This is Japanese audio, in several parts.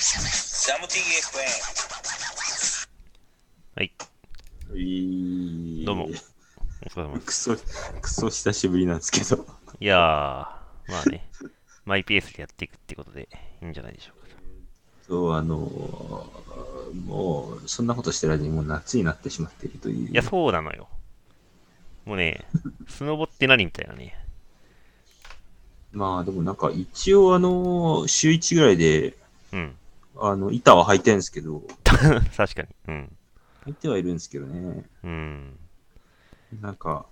ジャムティーはい、ういどうも。お疲れ様です。クソ、クソ久しぶりなんですけど。いやー、まあね、マイペースでやっていくってことでいいんじゃないでしょうか。そう、あのーもう、そんなことしてる間にもう夏になってしまっているという。いや、そうなのよ。もうね、スノボって何みたいなね。まあ、でもなんか一応あのー週1ぐらいで、うん。 あの、板は履いてるんですけど、確かに。うん。履いてはいるんですけどね。うん。なんか、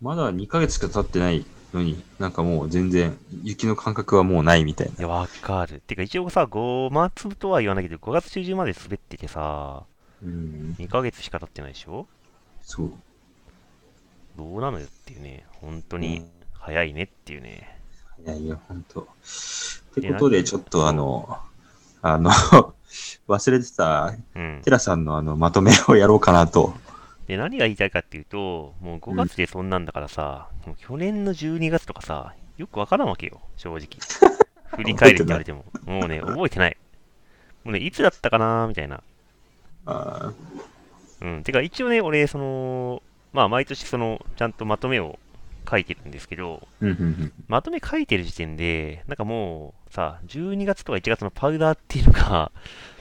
まだ2ヶ月しか経ってないのに、なんかもう全然雪の感覚はもうないみたいな。いや、わかる。てか、一応さ、5月とは言わないけど、5月中旬まで滑っててさ、うん、 2ヶ月しか経ってないでしょそう。どうなのよっていうね、本当に早いねっていうね。いやいや、ほんと。ってことで、ちょっとあの、あの、 忘れてた、うんテ。ラさんのあの、まとめをやろうかなと。で、何が言いたいかっていうと、もう5月でそんなんだからさ、もう去年の12月とかさ、よくわからんわけよ、正 直。振り返るって言われても。もうね、覚えてない。もうね、いつだったかなーみたいな。あうん。てか、一応ね、俺、その、まあ、毎年、その、ちゃんとまとめを書いてるんですけど、ーうんうんうんまとめ書いてる時点で、なんかもう、さ、12月とか1月のパウダーっていうのが、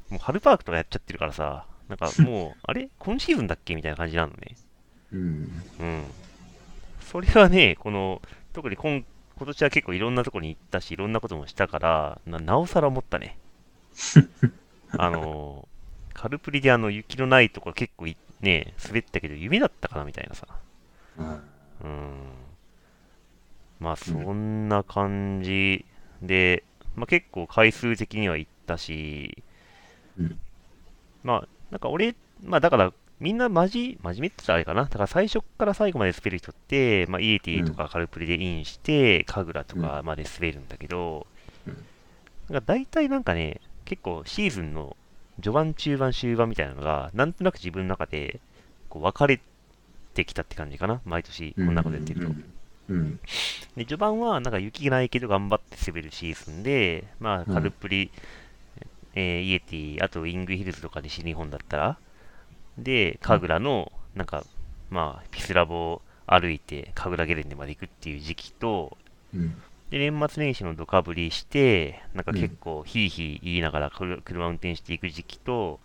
もう春パークとかやっちゃってるからさ、なんか もう、あれ今シーズンだっけみたいな感じなのね。うん。うん。それはね、この、特に今今年は結構いろんなとこに行ったし、いろんなこともしたから、ななおさら思ったね。あのー、カルプリであの雪のないところ結構いね、滑ったけど、夢だったかなみたいなさ。うんうん。まあ、そんな感じで、まあ結構回数的には行ったし、うんまあ、なんか俺、まあだから、みんなまじ、真面目って言ったらあれかな。だから最初から最後まで滑る人って、まあ、イエティとかカルプリでインして、神楽とかまで滑るんだけど、うんなんか大体なんかね、結構シーズンの序盤、中盤、終盤みたいなのが、なんとなく自分の中でこう分かれてきたって感じかな。毎年こんなことやってると。うん。で序盤はなんか雪がないけど頑張って滑るシーズンで、まあ、うんカルプリ、えーイエティ、あとイングヒルズとか西日本だったら、で、神楽の、なんか、まあ、ピスラボを歩いて、神楽ゲレンデまで行くっていう時期と、うん。で、年末年始のドカぶりして、なんか結構、ヒーヒー言いながら車車運転していく時期と、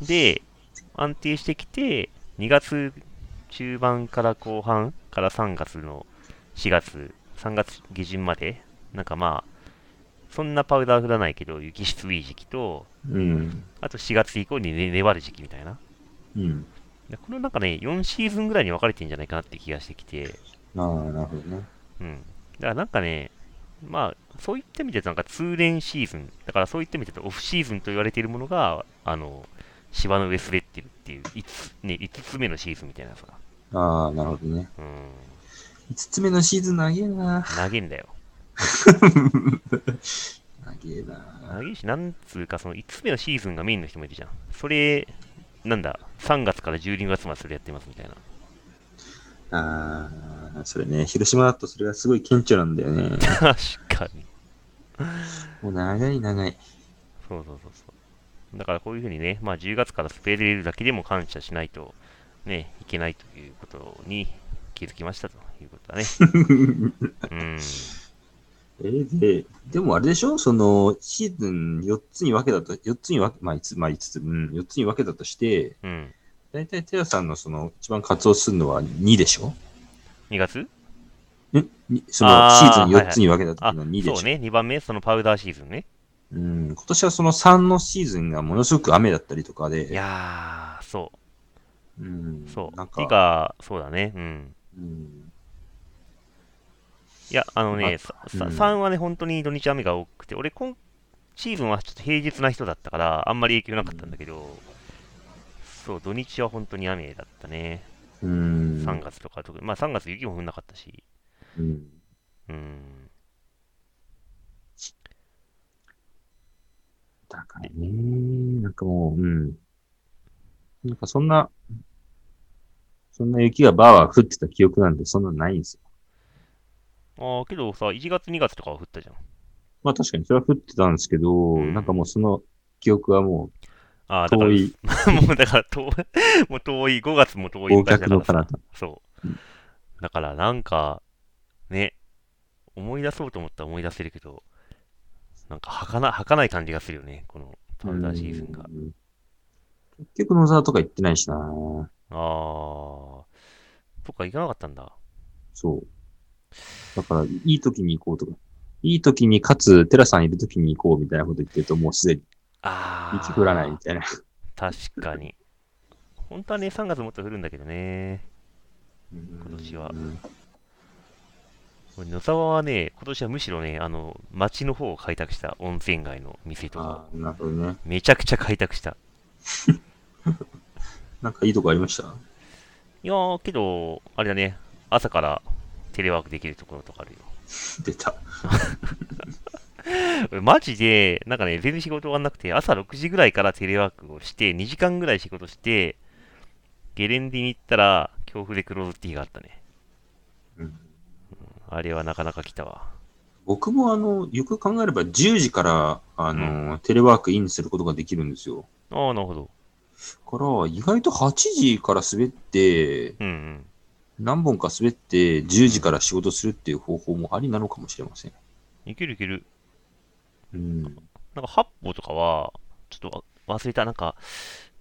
で、安定してきて、2月中盤から後半から3月の4月、3月下旬まで、なんかまあ、そんなパウダー降らないけど、雪質いい時期と、うん。あと4月以降に、ね、粘る時期みたいな。うん。でこのなんかね、4シーズンぐらいに分かれてんじゃないかなって気がしてきて、ああ、なるほどね。うん。だからなんかね、まあ、そういった意味でなんか通連シーズン、だからそういった意味でオフシーズンと言われているものが、あの、芝の上滑ってるっていう、5つ,、ね、5つ目のシーズンみたいなさ、ああ、なるほどね。うん、 5つ目のシーズン長えな。 投げんだよ。長えな。投げるし、なんつうか、その5つ目のシーズンがメインの人もいるじゃん。それ、なんだ、3月から12月までそれやってますみたいな。ああ、それね、広島だとそれがすごい顕著なんだよね。 確かに。もう長い長い。そうそうそうそう。だからこういうふうにね、まあ、10月からスペーれるだけでも感謝しないと、ね、いけないということに気づきましたということ だね。うん。えーで、でもあれでしょその、シーズン4つに分けたと、4つに分け、まあ、5つ、まあ、5つ、うん、4つに分けたとして、うん。だいたいテラさんのその、一番活動するのは2でしょ2月んにその、あーシーズンはいはい4つに分けたあ、時そのう2でしょ、ね。2番目、そのパウダーシーズンね。うん、今年はその3のシーズンがものすごく雨だったりとかで、いやー、そうんう、、そう。なんてか、か、そうだね。うん。うん、いや、あのね、あさうんさ3はね、本当に土日雨が多くて、俺、今シーズンはちょっと平日な人だったから、あんまり影響なかったんだけど、そう、土日は本当に雨だったね。うん、 3月とか、特に、まあ3月雪も降んなかったし、うん、うん、だからね、なんかもう、うん、なんかそんな、そんな雪がバーバー降ってた記憶なんてそんなないんですよ。ああ、けどさ、1月、2月とかは降ったじゃん。まあ確かにそれは降ってたんですけど、んなんかもうその記憶はもああ、うだから遠、い もうだから遠い、もう遠い、5月も遠い忘だか却らのさ彼方。そう。だからなんか、ね、思い出そうと思ったら思い出せるけど、なんか儚な儚い感じがするよね、このパウダーシーズンが。うん結局野沢とか行ってないしなああ、そっか、行かなかったんだ。そう。だから、いい時に行こうとか。いい時に、かつ、テラさんいる時に行こうみたいなこと言ってると、もうすでにああ、雪降らないみたいな。確かに。本当はね、3月もっと降るんだけどね。今年は野沢はね、今年はむしろね、あの、町の方を開拓した温泉街の店とか、ああ、なるほどね。めちゃくちゃ開拓した。なんかいいとこありましたいやー、けど、あれだね、朝からテレワークできるところとかあるよ。 出た。俺マジで、なんかね、全然仕事終わんなくて、朝6時ぐらいからテレワークをして、2時間ぐらい仕事して、ゲレンデに行ったら、強風でクローズティーがあったね。うんあれはなかなか来たわ。僕もあの、よく考えれば10時から、あの、テレワークインすることができるんですよ。ああ、なるほど。から、意外と8時から滑って、うんうん。何本か滑って、10時から仕事するっていう方法もありなのかもしれません。いけるいける。うん。なんか、八歩とかは、ちょっとわ忘れた。なんか、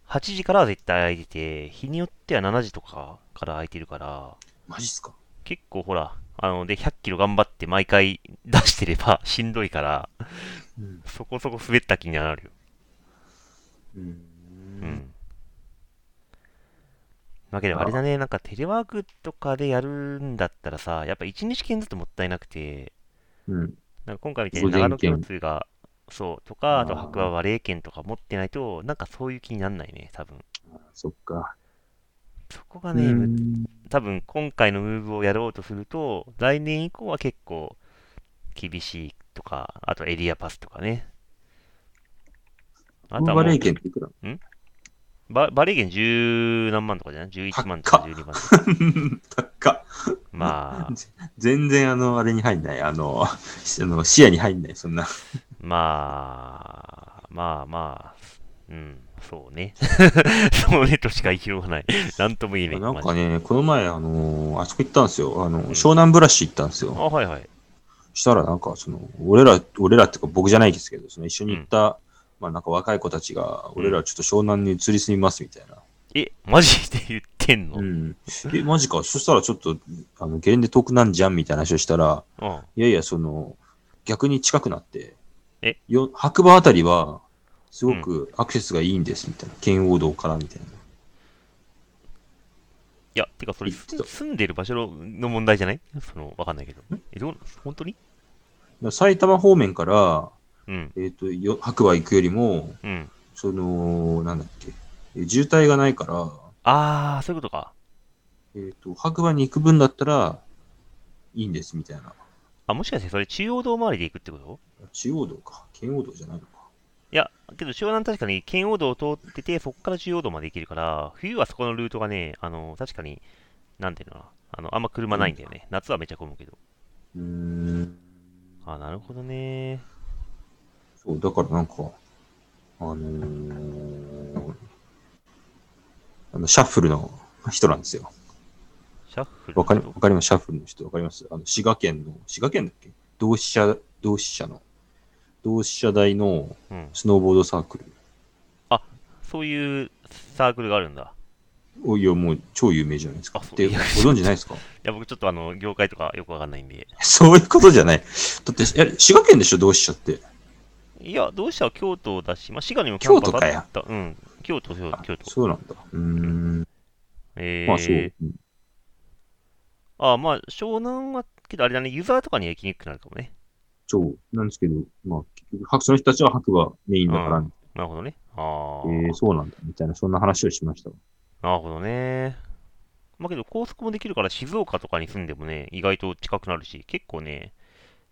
8時からは絶対空いてて、日によっては7時とかから空いてるから、マジっすか結構ほら、あの、で、100キロ頑張って毎回出してれば しんどいから、うん。そこそこ滑った気にはなるよ。う。うんん。わけで、あれだね、なんかテレワークとかでやるんだったらさ、やっぱ1日券ずつもったいなくて、うん。なんか今回みたいに午前長野券共通が、そう、とか、あとあー白馬バレー券とか持ってないと、なんかそういう気になんないね、多分。そっか。そこがうね、むん。多分今回のムーブをやろうとすると、来年以降は結構厳しいとか、あとエリアパスとかね。あとはもバレうー券っていくらババレー券10何万とかじゃない ?11 万と高かっ12万とか。高っ。 まあ、全然あの、あれに入んない。あの、 あの視野に入んない。そんな。まあ、まあまあ、うん、そう ね。そうねとしか言いようがない。なんとも言えない。なんマかジでね、この前、あの、あそこ行ったんですよ。あの、湘南ブラシ行ったんですあ、よ。はいはい。したらなんか、その、俺ら、俺らっていうか僕じゃないですけど、その一緒に行った、まあなんか若い子たちが、俺らちょっと湘南に移り住みますみたいな。え、マジで言ってんの、う、うんん。え、マジか。そしたらちょっと、あの、ゲレンデ遠くなんじゃんみたいな話をしたら、あいやいや、その、逆に近くなって、えよ白馬あたりは、すごくアクセスがいいんです、みたいな。圏央道からみたいな。いや、てかそれ、言って住た住んでる場所の問題じゃないその、わかんないけど。え、どうなん本当に埼玉方面から、うん、えっ、とよ、白馬行くよりも、うん。その、なんだっけ、え渋滞がないから、あー、そういうことか。えっ、と、白馬に行く分だったら、いいんです、みたいな。あ、もしかしてそれ中央道周りで行くってこと中央道か。圏央道じゃないのか。いや、けど湘南確かに圏央道を通ってて、そこから中央道まで行けるから、冬はそこのルートがね、あの、確かに、なんていうのかな、あの、あんま車ないんだよね。夏はめちゃ混むけど。うーん。あ、なるほどね。そう、だからなんか、あのーあの、シャッフルの人なんですよ。シャッフルのわかり、こわとかりますシャッフルの人、わかりますあの、滋賀県の、滋賀県だっけ同志社、同志社の、同志社大のうん。スノーボードサークル。そういうサークルがあるんだ。おいや、もう超有名じゃないですか。あそうで、いごや存知ないですか いや、僕ちょっとあの、業界とかよくわかんないんで。そういうことじゃない。だって、いや滋賀県でしょ、同志社って。いや、どうしたら京都だし、まあ、滋賀にもキャ京ンパ都スかあやっ。た。うん。京都、京都あ京都。そうなんだ。うーん。えー、まあ、そう。うんあ、まあ、湘南は、けどあれだね、ユーザーとかには行きにくくなるかもね。そう。なんですけど、まあ、結局、白その人たちは白馬メインだから、うんなるほどね。ああ、えー、そうなんだ、みたいな、そんな話をしました。なるほどね。まあけど、高速もできるから、静岡とかに住んでもね、意外と近くなるし、結構ね、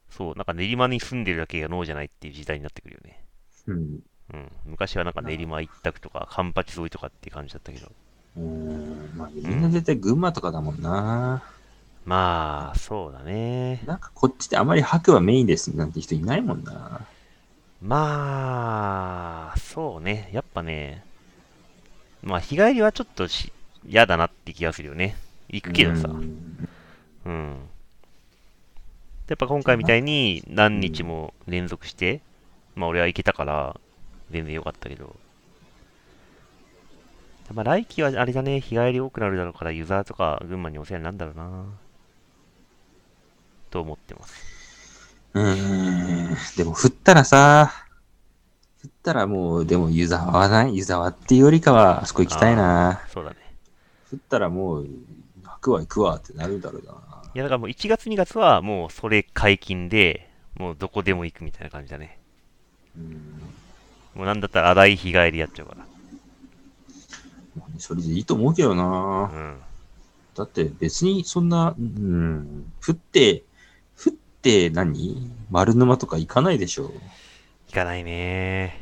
そう、なんか練馬に住んでるだけが脳じゃないっていう時代になってくるよね。うん。うん、昔はなんか練馬一択とか、カンパチ沿いとかっていう感じだったけど。うーんまあ、みんな絶対群馬とかだもんな。まあ、そうだね。なんかこっちであまり白はメインですなんて人いないもんな。まあ、そうね。やっぱね、まあ、日帰りはちょっとし嫌だなって気がするよね。行くけどさ。ううん。んやっぱ今回みたいに何日も連続して、まあ俺は行けたから、全然良かったけど。まあ来季はあれだね、日帰り多くなるだろうから、ユーザーとか群馬にお世話になるんだろうな。と思ってます。うーん。でも振ったらさ、振ったらもう、でも湯沢はない。湯沢っていうよりかは、あそこ行きたいな。そうだね。振ったらもう、白は行くわってなるだろうな。いやだからもう1月2月はもうそれ解禁で、もうどこでも行くみたいな感じだね。うん。もうなんだったら荒い日帰りやっちゃうかそれでいいと思うけどら。な。うん。だって別にそんな、うん、振って、振って何丸沼とか行かないでしょ。行かないね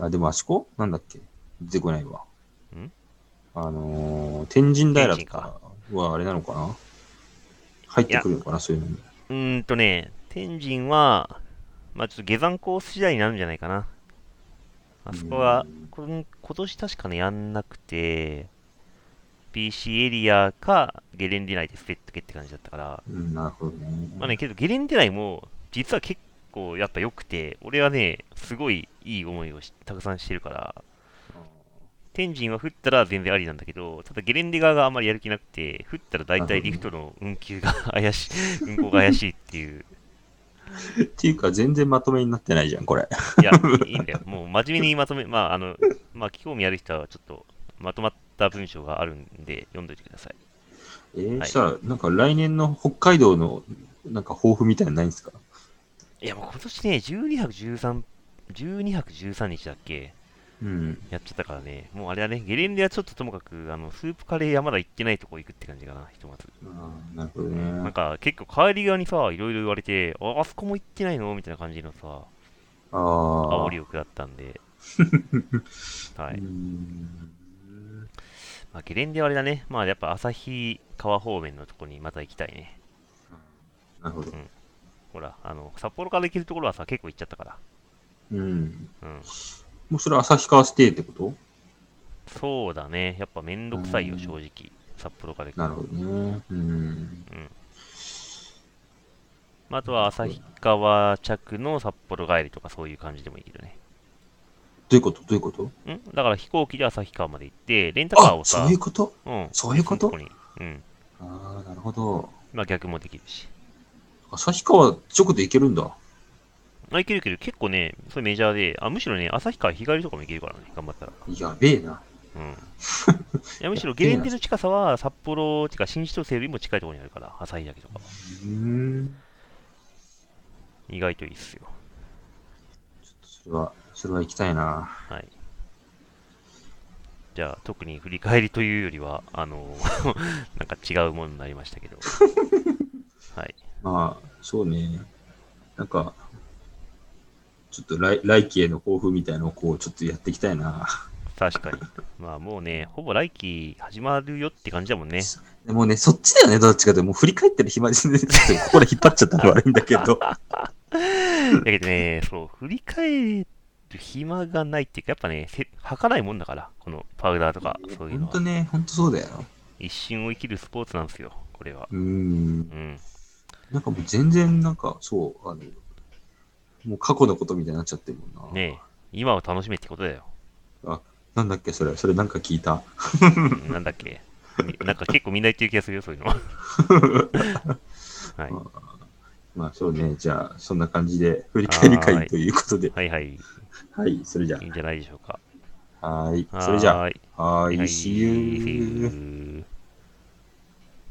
あ、でもあそこなんだっけ出てこないわ。んあのー、天神平と天かはあれなのかな入ってくるのかなそういうのに。うーんとね、天神は、まあちょっと下山コース次第になるんじゃないかな。あそこはうん、こん今年確かね、やんなくて、BC エリアかゲレンデ内でスペッとけって感じだったから。うん、なるほどね。まあね、けどゲレンデ内も、実は結構やっぱ良くて、俺はね、すごいいい思いをしたくさんしてるから、天神は降ったら全然ありなんだけど、ただゲレンデ側があんまりやる気なくて、降ったら大体リフトの運休が 怪しい、運行が怪しいっていう。っていうか、全然まとめになってないじゃん、これ。いや、いいんだよ。もう真面目にまとめ、まあ、あの、まあ、興味ある人はちょっと、まとまった文章があるんで、読んどいてください。えーはいさあ、なんか来年の北海道の、なんか抱負みたいなのないんですかいや、もう今年ね、12泊13、12泊13日だっけうん。やっちゃったからね、もうあれだね、ゲレンデはちょっとともかく、あの、スープカレー屋まだ行ってないとこ行くって感じかな、ひとまず。あーなるほどなんね。か、結構帰り際にさ、いろいろ言われて、あ、あそこも行ってないのみたいな感じのさ、ああ。煽りを食らったん で。はうい。んまあ、ゲレンデはあれだね。まあ、やっぱ旭川方面のとこにまた行きたいね。なるほど。ほら、あの、札幌から行けるところはさ、結構行っちゃったから。うん。うん。もうそれ旭川ステイってことそうだね。やっぱめんどくさいよ、うん正直。札幌から行く。なるほどね。うん。うん。まあ、あとは旭川着の札幌帰りとかそういう感じでもいいけどね。どういうことどういうことんだから飛行機で旭川まで行って、レンタカーあをそさ、ういうことうん。そういうことこに。うん。ああ、なるほど。まあ、逆もできるし。旭川直で行けるんだ。あ、いけるいける。結構ね、それメジャーで、あ、むしろね、旭川日帰りとかもいけるからね、頑張ったら。やべえな。うん。いや、むしろゲレンデの近さは、札幌、っていうか、新千歳よりも近いところにあるから、旭岳とか。うん。意外といいっすよ。それは、それは行きたいな。はい。じゃあ、特に振り返りというよりは、あの、 なんか違うものになりましたけど。はい。まあ、そうね。なんか、ちょっと来来季への抱負みたいなのをこう、ちょっとやっていきたいな。確かに。まあ、もうね、ほぼ来季始まるよって感じだもんね。でもね、そっちだよね、どっちかでもう振り返ってる暇ですね。ちょっとここで引っ張っちゃったら悪いんだけ ど。だけどね、そう、振り返る暇がないっていうか、やっぱね、せ儚かないもんだから、このパウダーとか、そういうのほんはと。ね、ほんとそうだよ。一瞬を生きるスポーツなんですよ、これは。うーんう。ん。なんかもう全然、なんか、そう、あの、もう過去のことみたいになっちゃってるもんな。ねえ、今を楽しめってことだよ。なんだっけ、それ。それなんか聞いた。うんなんだっけ。 みなんか結構みんな言ってる気がするよ、そういう のは。はい。まあそうね、じゃあそんな感じで振り返りは会いということで、はいはい。はい、それじゃいいんじゃないでしょうか。あ、はい、それじゃはーい。あ、はーい、はい see you. See you